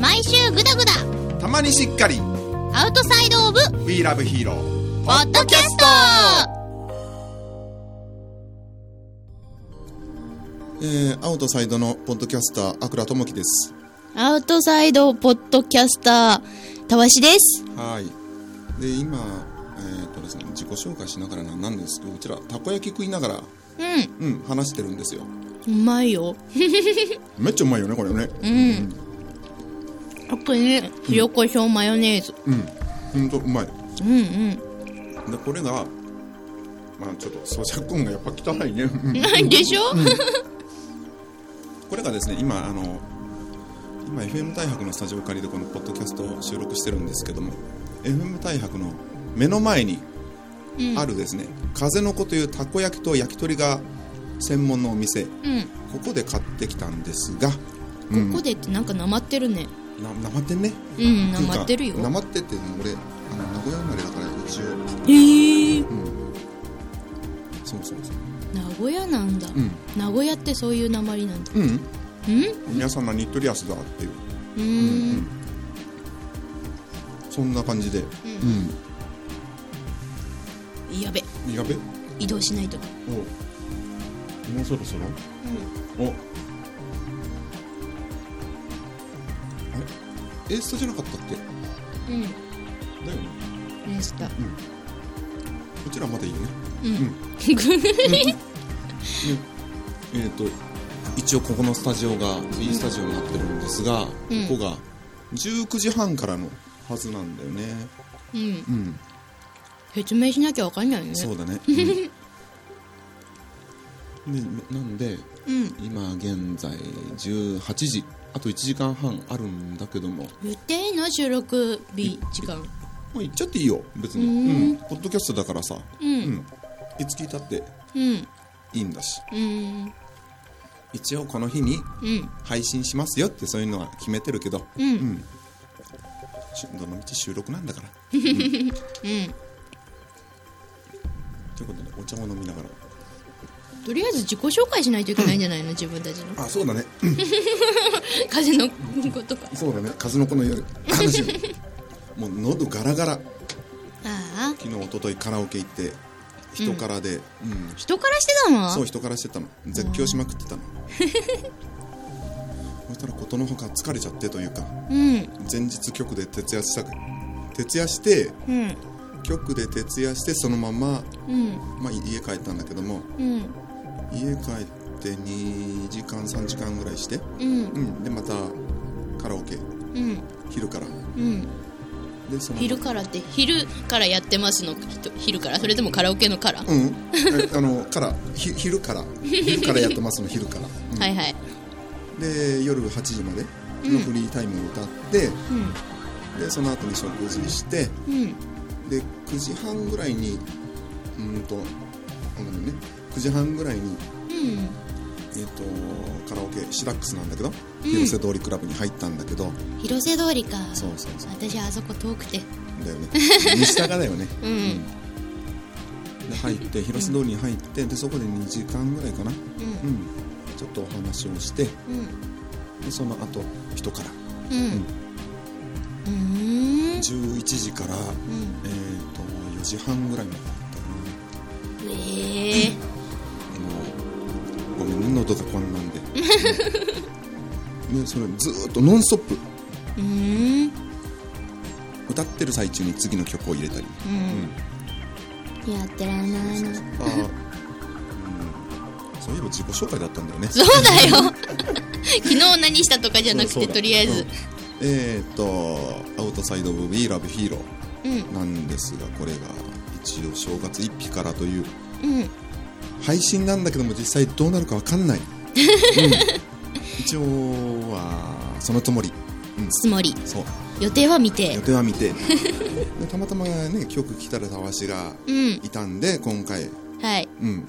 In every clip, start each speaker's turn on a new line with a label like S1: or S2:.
S1: 毎週グダグダ
S2: たまにしっかり
S1: アウトサイドオブ
S2: We Love Hero
S1: ポッドキャスト
S2: えー、アウトサイドのポッドキャスターあくらともきです
S1: アウトサイドポッドキャスターたわしです
S2: はいで今えーっとですね自己紹介しながらなんなんですけどうちらたこ焼き食いながら
S1: うん
S2: うん話してるんですよ
S1: うまいよ
S2: めっちゃうまいよねこれね
S1: うん特に塩コショウマヨネーズ
S2: うんほんとうまい
S1: うんうん
S2: でこれがまあちょっと咀嚼音がやっぱ汚いね
S1: でしょ、
S2: これがですね今あの今 FM 大白のスタジオを借りてこのポッドキャストを収録してるんですけども FM 大白の目の前にあるですね、風の子というたこ焼きと焼き鳥が専門のお店こ
S1: うん
S2: こで買ってきたんですが
S1: ここでってなんかなまってるね
S2: ななまってんね
S1: うん
S2: て
S1: な
S2: いうか
S1: まってるよ
S2: なまってっていうの俺あの名古屋生まれだから一応
S1: へえ
S2: そうそうそう
S1: 名古屋なんだ、
S2: ん
S1: 名古屋ってそういうなまりなんだ
S2: うん
S1: うん
S2: 皆様ニットリアスだっていう
S1: うーん
S2: そんな感じで
S1: やべ
S2: うんやべ
S1: 移動しないと
S2: おもうそろそろ、おあれエーストじゃなかったっけだ
S1: うん
S2: よね
S1: でした
S2: こちらまだいいよね えっ、と一応ここのスタジオが B スタジオになってるんですが、
S1: うん
S2: ここが19時半からのはずなんだよね
S1: うん
S2: うん
S1: 説明しなきゃわかんないよね
S2: そうだ ね、うん、でなんで
S1: うん
S2: 今現在18時あと1時間半あるんだけどもも
S1: 言っていいの収録日時間
S2: う行っちゃっていいよ別に
S1: うん
S2: うん、ポッドキャストだからさ、
S1: う
S2: うんん、いつ聞いたって
S1: うん
S2: いいんだし
S1: うん
S2: 一応この日に
S1: うん
S2: 配信しますよってそういうのは決めてるけど、
S1: うん
S2: しどの道収録なんだから、ということでお茶を飲みながら
S1: とりあえず自己紹介しないといけないんじゃないの自分たちの
S2: あそうだね
S1: 風のことか
S2: そうだね数の子の夜話 をもう喉ガラガラ
S1: ああ
S2: 昨日一昨日カラオケ行って人からで、うん
S1: 人からしてたの
S2: そう人からしてたの絶叫しまくってたのそしたらことのほか疲れちゃってというか
S1: うん
S2: 前日局で徹夜した徹夜して
S1: うん
S2: 局で徹夜してそのまま、
S1: うん
S2: まあ、家帰ったんだけども
S1: うん
S2: 家帰って2時間3時間ぐらいして、
S1: うん
S2: うん、でまたカラオケ
S1: うん
S2: 昼から
S1: うん
S2: でその
S1: 昼からって昼からやってますの人昼からそれともカラオケのから、
S2: うんえあのからひ昼から昼からやってますの昼から、うん
S1: はいはい
S2: で夜8時までのフリータイムを歌って、
S1: うん
S2: でその後に食事して
S1: うん
S2: で9時半ぐらいにうーんとごめんね9時半ぐらいに、
S1: うん
S2: えっとカラオケシダックスなんだけど、広瀬通りクラブに入ったんだけど
S1: 広瀬通りか
S2: そうそうそう
S1: 私あそこ遠くて
S2: だよね西高だよね、
S1: うん
S2: で入って広瀬通りに入ってでそこで2時間ぐらいかな、
S1: う
S2: うん、ちょっとお話をして
S1: んうん
S2: でその後人から
S1: うんうん
S2: 11時から、
S1: うん
S2: えっと4時半ぐらいまでだったかな
S1: ええ
S2: もうごめんね喉がこんなんでねそれずーっとノンストップ
S1: うん
S2: 歌ってる最中に次の曲を入れたり
S1: やってらんないな
S2: あー、うん、そういえば自己紹介だったんだよね
S1: そうだよ 昨日何したとかじゃなく
S2: そう
S1: て
S2: だ
S1: とりあえず
S2: うんえーっと「アウトサイド・オブ・ビー・ラブ・ヒーロ
S1: うん
S2: ー」なんですがこれが一応正月一日からという
S1: うん
S2: 配信なんだけども実際どうなるかわ かんない、うん一応はそのつもり、うん、
S1: つもり
S2: そう
S1: 予定は見て
S2: 予定は見 てでたまたまね曲来たらたわしが
S1: うん
S2: いたんで今回
S1: はい
S2: うん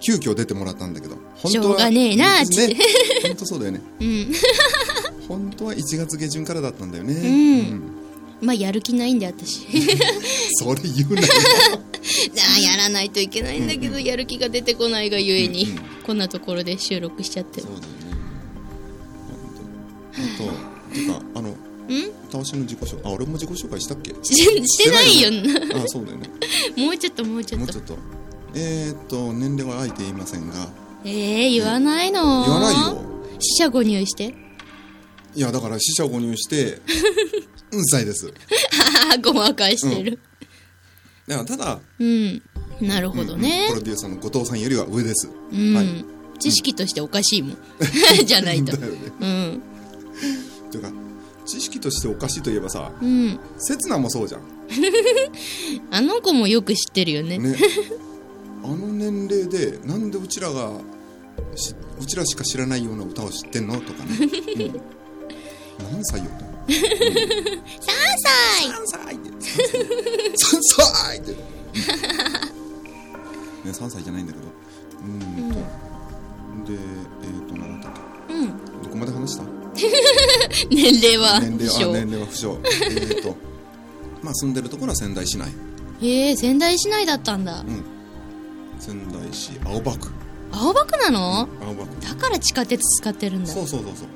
S2: 急遽出てもらったんだけど
S1: しょうがねえなあ
S2: ね
S1: っつって
S2: 本当そうだよね
S1: うん
S2: 本当は1月下旬からだったんだよね、
S1: ん
S2: うん
S1: まあやる気ないんで私
S2: それ言うなよ
S1: あやらないといけないんだけど、やる気が出てこないがゆえに、
S2: うん
S1: こんなところで収録しちゃってる
S2: そうだよね本当本当てかあの
S1: ん
S2: たわしの自己紹介あ俺も自己紹介したっけ
S1: し
S2: し
S1: してないよな
S2: あそうだよね
S1: もうちょっともうちょ
S2: も
S1: っ
S2: う
S1: と
S2: ちょっとえー、っと年齢はあえて言いませんが
S1: えー、言わないの
S2: 言わないよ
S1: 死者誤入して
S2: いやだから死者誤入して うんさいです
S1: ああごまかしてる
S2: だからただ、
S1: うん、なるほどね
S2: プロデューサーの後藤さんよりは上です、
S1: うん、
S2: はい
S1: 知識としておかしいもん じゃ ないと
S2: だよね
S1: うん
S2: というか知識としておかしいといえばさ
S1: うん
S2: 刹那もそうじゃん
S1: あの子もよく知ってるよね
S2: ねあの年齢でなんでうちらがしうちらしか知らないような歌を知ってんの とかね、うん、何歳よと
S1: 3歳
S2: 3歳って3歳って、ね、3歳じゃないんだけどうーんと、でえっ、ー、と何だっけ
S1: うん
S2: どこまで話した
S1: 年齢は不
S2: 年齢
S1: 詳
S2: は年齢は不詳えっとまあ住んでるところは仙台市内、
S1: えー、仙台市内だったんだ
S2: うん、仙台市青葉区
S1: 青葉区なの
S2: 青葉区
S1: だから地下鉄使ってるんだ
S2: そうそうそうそう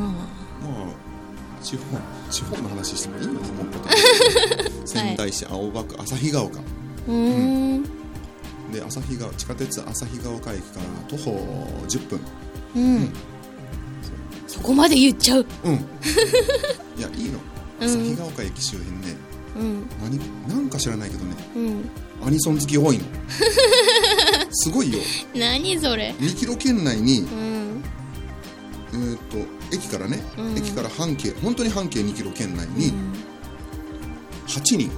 S1: うん
S2: まあ地方地方の話してもいいよと思って た仙台市青葉区旭ヶ丘
S1: うーん
S2: で旭川地下鉄旭ヶ丘駅から徒歩10分
S1: うんそこまで言っちゃう
S2: うんいやいいの
S1: うん
S2: 旭ヶ丘駅周辺ね
S1: うん
S2: 何なんか知らないけどね
S1: うん
S2: アニソン好 き多いのすごいよ
S1: 何それ
S2: 2キロ圏内に
S1: うん
S2: えー、と駅からね、
S1: うん
S2: 駅から半径本当に半径2キロ圏内
S1: う
S2: に
S1: ん
S2: 8人、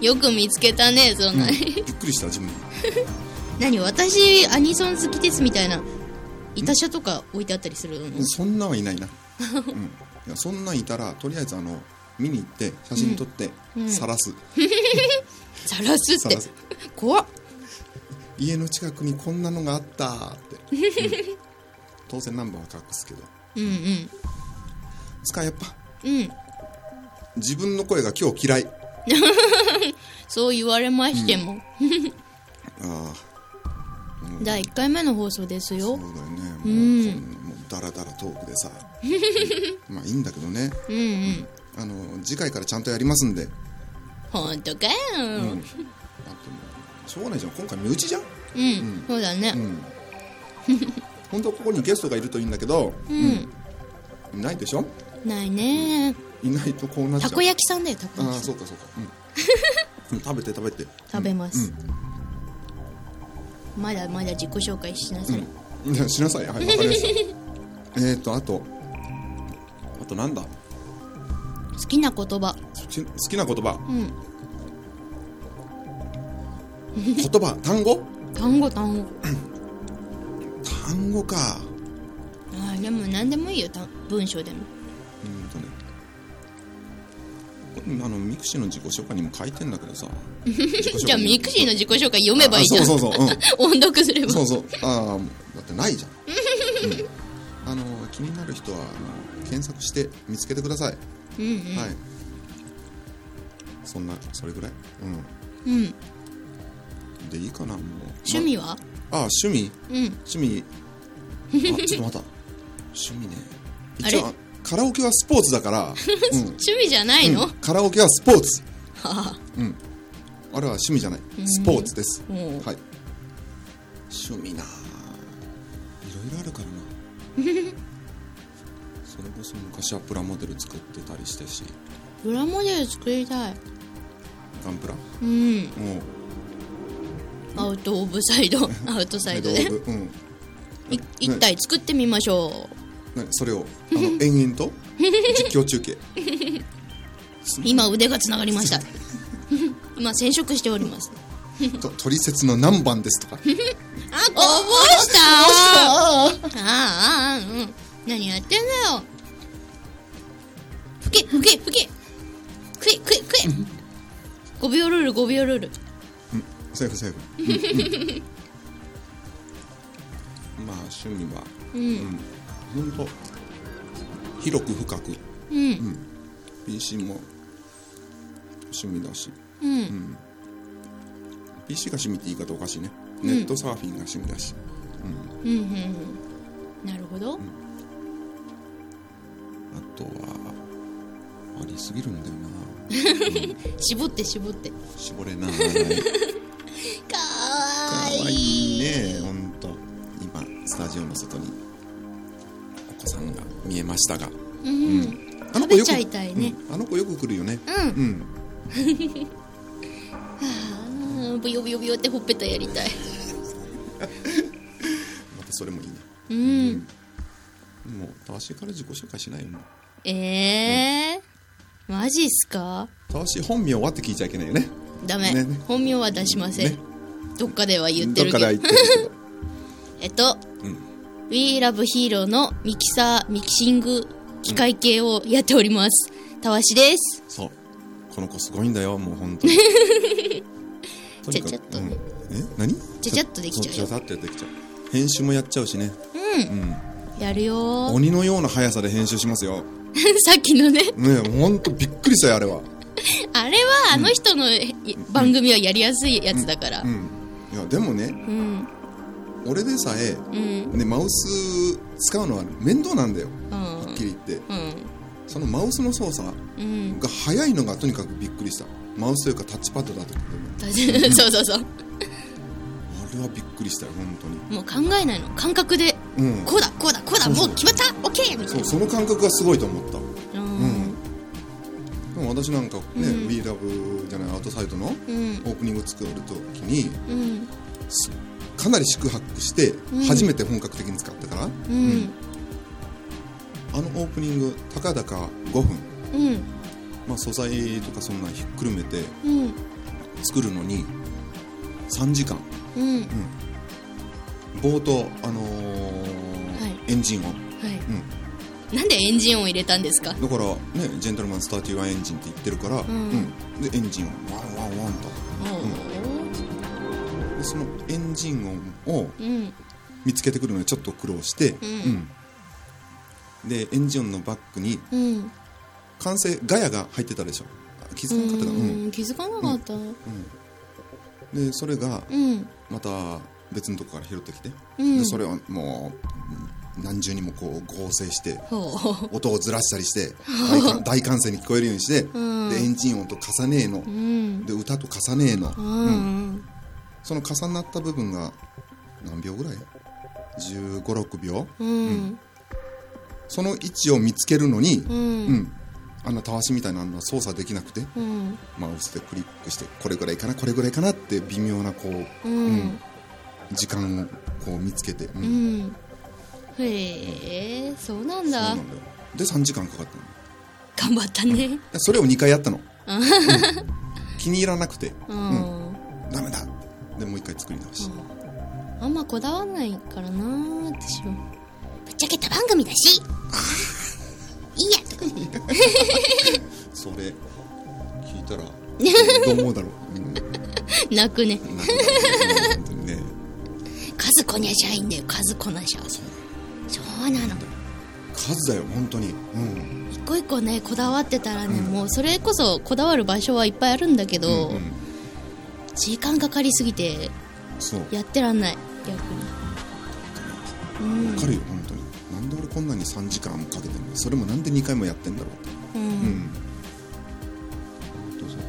S1: よく見つけたねそん
S2: うん
S1: な、
S2: びっくりした自分
S1: 何私アニソン好きですみたいな板車とか置いてあったりするの
S2: そんなんはいないな、うん、いやそんなんいたらとりあえずあの見に行って写真撮って
S1: うん
S2: 晒す、
S1: さらすって
S2: 晒す
S1: 怖っ
S2: 家の近くにこんなのがあったーって、うん当選ナンバーは隠すけど
S1: うんうん
S2: つかやっぱ
S1: うん
S2: 自分の声が今日嫌い
S1: そう言われましても、
S2: あ
S1: 第1回目の放送です
S2: あそう
S1: よ
S2: だよねもう,、
S1: うん
S2: もうダラダラトークでさ、うんまあいいんだけどね
S1: うんうん
S2: あの次回からちゃんとやりますんで
S1: 本当かよ
S2: うん、あともうしょうがないじゃん今回身内じゃん
S1: うん、そうだね
S2: うん本当はここにゲストがいるといいんだけど、
S1: うん、
S2: いないでしょ
S1: ないね
S2: いないとこうなっちゃ
S1: た
S2: う
S1: こ焼きさんだよたこ
S2: ああ
S1: 焼きさん
S2: そうかそうか、うん うん、食べて食べて
S1: 食べます、まだまだ自己紹介しな さい、
S2: うんいやしなさいはいわかりま したえっとあとあとなんだ
S1: 好きな言葉
S2: 好き好きな言葉
S1: うん
S2: 言葉単語
S1: 単語単語
S2: 単語か
S1: あーでも何でもいいよ単文章でも
S2: うんとねこれあのミクシーの自己紹介にも書いてんだけどさ
S1: じゃあミクシーの自己紹介読め
S2: ー
S1: ばいいじゃん
S2: そうそうそう、うん、
S1: 音読すれ ば
S2: そうそうああだってな いじゃん、うん、あの気になる人はあの検索して見つけてください、
S1: うんうん
S2: はいそんなそれぐらいうん
S1: うん
S2: でいいかなもう
S1: 趣味は
S2: ああ趣味
S1: うん
S2: 趣味あちょっと待った趣味ね
S1: あ
S2: 一
S1: れ
S2: 応あカラオケはスポーツ だから、うん
S1: 趣味じゃないの、
S2: うんカラオケはスポーツ
S1: はあ
S2: うんあれは趣味じゃないスポーツです
S1: うんおう
S2: はい趣味なあいろいろあるからな それこそ昔はプラモデル作ってたりしたし
S1: プラモデル作りたい
S2: ガンプラ
S1: うん
S2: もう
S1: アウトオブサイド アウトサイドで
S2: 道具うん
S1: い一体作ってみましょ
S2: なそれをあの延々 と実況中継
S1: う今腕がつながりました 今染色しております
S2: と「トリセツの何番です」とか
S1: あこぼしたあーあーうん何やってんだよふけふけふけくいくいくい5秒ルール5秒ルール
S2: セーフセーフ、うんうんまあ趣味は
S1: うん
S2: 本当広く深く
S1: うん
S2: PC も趣味だし
S1: うん、
S2: PC が趣味って言い方おかしいねネットサーフィンが趣味だし、
S1: うんうんうんなるほど
S2: あとはりすぎるんだよな
S1: 絞って絞 ってか
S2: 絞れないか
S1: わ
S2: わ
S1: い
S2: い
S1: い
S2: いねほんと今スタジオの外にお子さんが見えましたが
S1: うん、
S2: あの子よく
S1: 食べちゃいたいね
S2: うんあの子よく来るよね
S1: うん
S2: うん
S1: あーブヨブヨブヨってほっぺたやりたい
S2: またそれもいいね
S1: うん
S2: もうたわしから自己紹介しないよもう
S1: ええー、マジっすか
S2: たわし本名はって聞いちゃいけないよね
S1: ダメ、
S2: ねね
S1: 本名は出しません、
S2: ね
S1: どっかでは言って
S2: どっ
S1: る
S2: か
S1: け
S2: ら
S1: ど
S2: 言ってるけど
S1: えっと
S2: うん、
S1: We Love Hero のミキサーミキシング機械系をやっておりますたわしです
S2: そうこの子すごいんだよもう本 当にとにかく
S1: ちゃちゃっとね
S2: うん、え何
S1: ちゃちゃっとできちゃうよ
S2: ちゃちゃっとできちゃう編集もやっちゃうしね
S1: やるよー
S2: 鬼のような速さで編集しますよ
S1: さっきのね
S2: ねえほんとびっくりしたよあれは
S1: あれはあの人のえ番組はやりやすいやつだから
S2: うんいやでもね
S1: うん
S2: 俺でさえ、
S1: うん
S2: ね、マウス使うのは面倒なんだよ
S1: うん
S2: はっきり言って
S1: うん
S2: そのマウスの操作
S1: うん
S2: が速いのがとにかくびっくりしたマウスというかタッチパッドだと思う
S1: だ そうそうそう
S2: あれはびっくりしたよ本当に
S1: もう考えないの感覚で
S2: うん
S1: こうだこうだこうだ
S2: そうそ
S1: も
S2: う
S1: う決まったオッケーみたい
S2: そう
S1: な
S2: その感覚がすごいと思った
S1: うん
S2: でも私なんかね「
S1: うん
S2: WeLove」じゃないアウトサイドのオ
S1: うん
S2: ープニング作る時に
S1: うん
S2: すかなり四苦八苦して
S1: ん
S2: 初めて本格的に使ったから、
S1: うん
S2: あのオープニングたかだか5分、
S1: うん
S2: まあ、素材とかそんなんひっくるめて
S1: うん
S2: 作るのに3時間
S1: うんは
S2: 冒頭、あのー
S1: はい
S2: エンジン音、
S1: いなんでエンジン音入れたんですか
S2: うん、だから、ね、ジェントルマンスターティワンエンジンって言ってるから、
S1: ん
S2: うんでエンジン音ワンワンワンとでそのエンジン音を
S1: うん
S2: 見つけてくるのにちょっと苦労して、
S1: ん
S2: うんでエンジン音のバックに
S1: うん
S2: 完成ガヤが入ってたでしょあ気づかなかったかなうん
S1: うん気づかなかったうん
S2: でそれが
S1: うん
S2: また別のとこから拾ってきて、
S1: うん
S2: でそれをもう何重にもこう合成して
S1: ほう
S2: 音をずらした りして大歓大歓声に聞こえるようにして、
S1: ん
S2: でエンジン音と重ねえの、
S1: うん
S2: で歌と重ねえの、
S1: うん
S2: その重なった部分が何秒ぐらい1 5 6秒
S1: うん
S2: その位置を見つけるのに、
S1: う
S2: うんんあんなたわしみたいなのは操作できなくて
S1: うん
S2: マウスでクリックしてこれぐらいかなこれぐらいかなって微妙なこう
S1: うん
S2: 時間をこう見つけて、うん
S1: うんへえそうなん
S2: そうな
S1: だ
S2: んだよで3時間かかったの
S1: 頑張ったね
S2: でそれを2回やったの、うん気に入らなくて
S1: うん
S2: ダメだでもう一回作り直し、
S1: あんまこだわんないからなー私はぶっちゃけた番組だしいいやとか
S2: それ聞いたらどう思うだろう、うん、なんか
S1: 泣くね
S2: 本当にね
S1: 数こにゃしゃいいんだよ数こなしゃそうなの
S2: 数だよ本当にうん
S1: 一個一個ねこだわってたらね、もうそれこそこだわる場所はいっぱいあるんだけど、
S2: うんうん
S1: 時間かかりすぎて
S2: そう
S1: やってらんない逆
S2: わかるよ本当になんで俺こんなに3時間もかけてるのそれもなんで2回もやってんだろうって
S1: に
S2: うん本当そう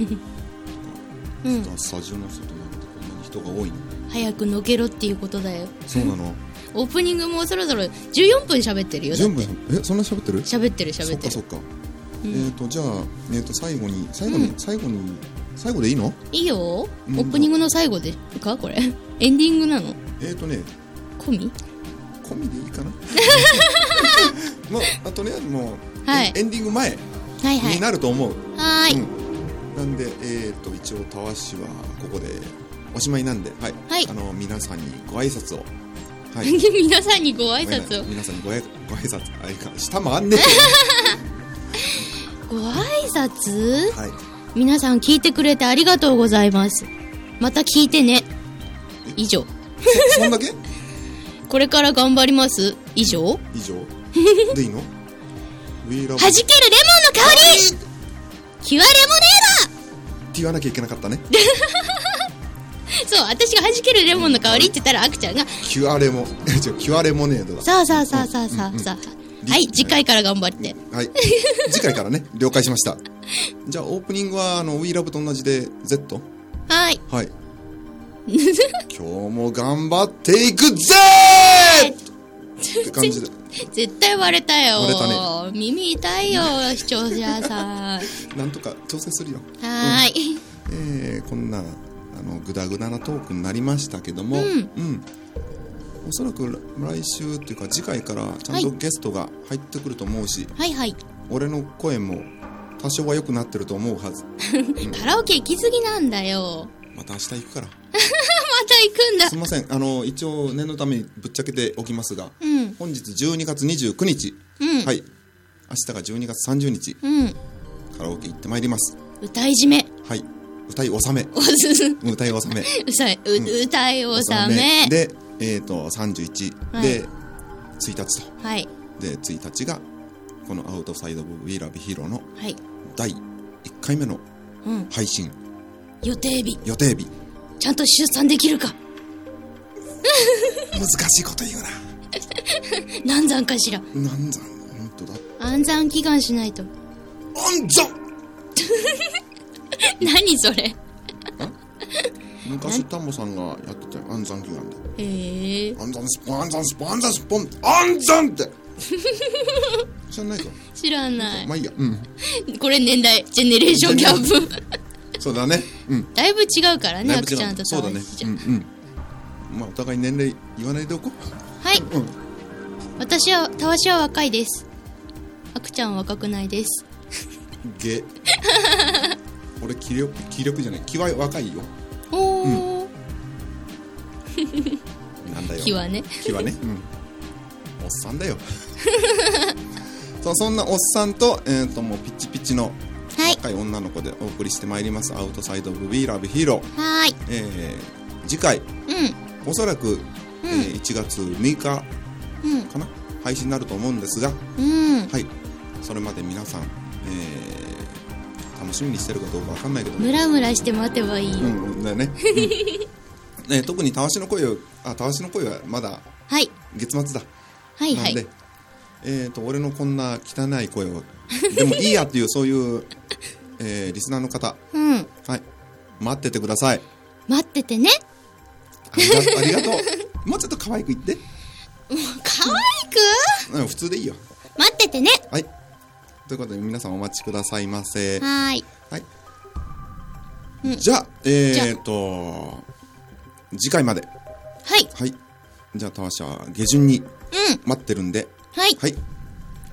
S1: う
S2: だ
S1: ん、
S2: よ
S1: うん、
S2: スタジオの外なんでこんなに人が多いの
S1: 早くのけろっていうことだよ
S2: そうなの
S1: オープニングもそろそろ14分喋ってるよだ
S2: 全部えそんな喋ってる
S1: 喋ってる喋って
S2: そっ
S1: る
S2: かそっか、えっ、とじゃあ、えー、と最後に最後に、最後に最後でいいの
S1: いいよオ
S2: うん
S1: ープニングの最後でかこれエンディングなの
S2: えっ、とね
S1: 込み
S2: 込みでいい かなまあとりあえずもう、
S1: はい
S2: エンエンディング前
S1: はいは
S2: に
S1: い
S2: なると思う、
S1: はーい、
S2: うん、なんで、えっと一応たわしはここでおしまいなんで、はい
S1: はい
S2: あの皆さんにご挨拶をは
S1: 皆さんにご挨拶を
S2: 皆さんにご挨ご挨拶あいか下回んね
S1: ご挨拶
S2: えはい
S1: 皆さん聞いてくれてありがとうございますまた聞いてね以上
S2: そんだけ
S1: これから頑張ります以上は
S2: 以上で いいの ?We
S1: じ
S2: love
S1: けるレモンの香りキュアレモ
S2: って言わなきゃいけなかったね
S1: ネードそう私がはじけるレモンの香りって言ったらあくちゃんが
S2: キュアレモ違うキュアレモネードだ
S1: さあさあさあさあさあさあ、はい、次回から頑張って。
S2: はい。次回からね、 了解しました。じゃあ、オープニングは、あの、We Love と同じで、Z?
S1: はい。
S2: はい。今日も頑張っていくぜーって感じで。
S1: 絶対割れたよ。
S2: 割れ
S1: 耳痛いよ、視聴者さん。は
S2: なんとか調整するよ。
S1: ーい。
S2: えーこんな、あの、ぐだぐだなトークになりましたけども、うん。おそらく来週っていうか次回からちゃんと
S1: はい
S2: ゲストが入ってくると思うし、
S1: はいはい。
S2: 俺の声も多少は良くなってると思うはず。
S1: カラオケ行きすぎなんだよ。
S2: また明日行くから。
S1: また行
S2: す
S1: くんだ。
S2: みませんあの一応念のためにぶっちゃけておきますが、
S1: うん。
S2: 本日12月29日、
S1: うん
S2: はい明日が12月30日
S1: うん。
S2: カラオケ行ってまいります
S1: 歌いじめ。
S2: はい歌い納め
S1: おす、
S2: 歌い納め
S1: うさい、う、歌いおさめ。
S2: でえっ、と31、
S1: はい
S2: で1日と
S1: はい。
S2: で1日がこの「アウトサイド・オブ・ウィーラビヒーロー」の
S1: はい。
S2: 第1回目の
S1: うん。
S2: 配信
S1: 予定日。
S2: 予定日
S1: ちゃんと出産できるか。
S2: 難しいこと言う
S1: 難産かしら。
S2: ななんざん本当だ
S1: 安産祈願しないと。
S2: なんざん
S1: 何それ。
S2: 昔タモさんがやってたよ安産祈願で
S1: へえ。
S2: アンザンスポン、アンザンスポン、アンザンスポン、アン ザンって。知らないか。
S1: 知らない
S2: ま。あいいや。うん。
S1: これ年代、ジェネレーションギャップ。
S2: そうだね。うん。
S1: だいぶ違うからね、
S2: だい
S1: あ
S2: ぶ
S1: くちゃんと
S2: そうだね。うんうん。まあお互い年齢言わないでおこ
S1: はい。
S2: う。うん。
S1: 私は、たわしは若いです。あくちゃんは若くないです。
S2: ゲ。俺気力気力じゃない。気は若いよ。
S1: おー。
S2: なんだよ。
S1: 気はね。
S2: 気はね。うん。おっさんだよ。 そうそんなおっさんとえっともうピッチピチの
S1: はい
S2: 若い女の子でお送りしてまいります。アウトサイドオブウィーラブヒーロー。
S1: はーい。
S2: えー次回
S1: う
S2: おそらく、えー1月6日か
S1: ん。
S2: な配信になると思うんですが、
S1: うん。うん。
S2: はい、それまで皆さん、えー楽しみにしてるかどうかわかんないけど、
S1: ムラムラして待てばいいよ。
S2: うん、だよね、 うんね特にたわしの声をあたわしの声はまだ
S1: はい。
S2: 月末だ、
S1: はいは
S2: なん
S1: い
S2: で。、えー、と俺のこんな汚い声をでもいいやっていうそういう、 えーリスナーの方、
S1: うん。
S2: はい、待っててください
S1: 待っててね。
S2: ありがとうありがとうもうちょっと可愛く言って、
S1: 可愛く
S2: うん、普通でいいよ
S1: 待っててね。
S2: はい。ということで皆さんお待ちくださいませ。は
S1: はーい。
S2: い。じゃあ、え
S1: じゃ
S2: ー、と、次回まで。
S1: はい。
S2: はい。じゃあ、タワシは下旬に待ってるんで。
S1: はい。
S2: はい。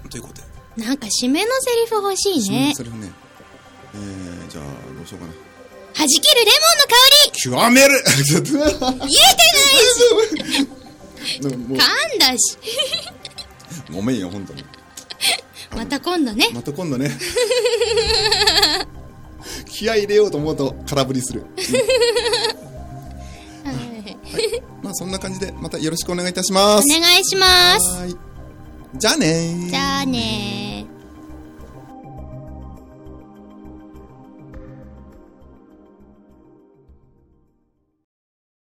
S2: ということで、
S1: なんか締めのセリフ欲しいね。
S2: それをね、えー、じゃあ、どうしようかな。
S1: 弾けるレ
S2: 極めるちょっと
S1: モンの香り言
S2: でもも
S1: えてないし噛んだし。
S2: うごめんよ、本当に。
S1: また今度ね。
S2: また今度ね。気合い入れようと思うと空振りする。
S1: はい
S2: まあ、そんな感じで、またよろしくお願いいたしま
S1: お
S2: す。
S1: 願いします。
S2: はーい。じゃあねー。
S1: じゃあねー。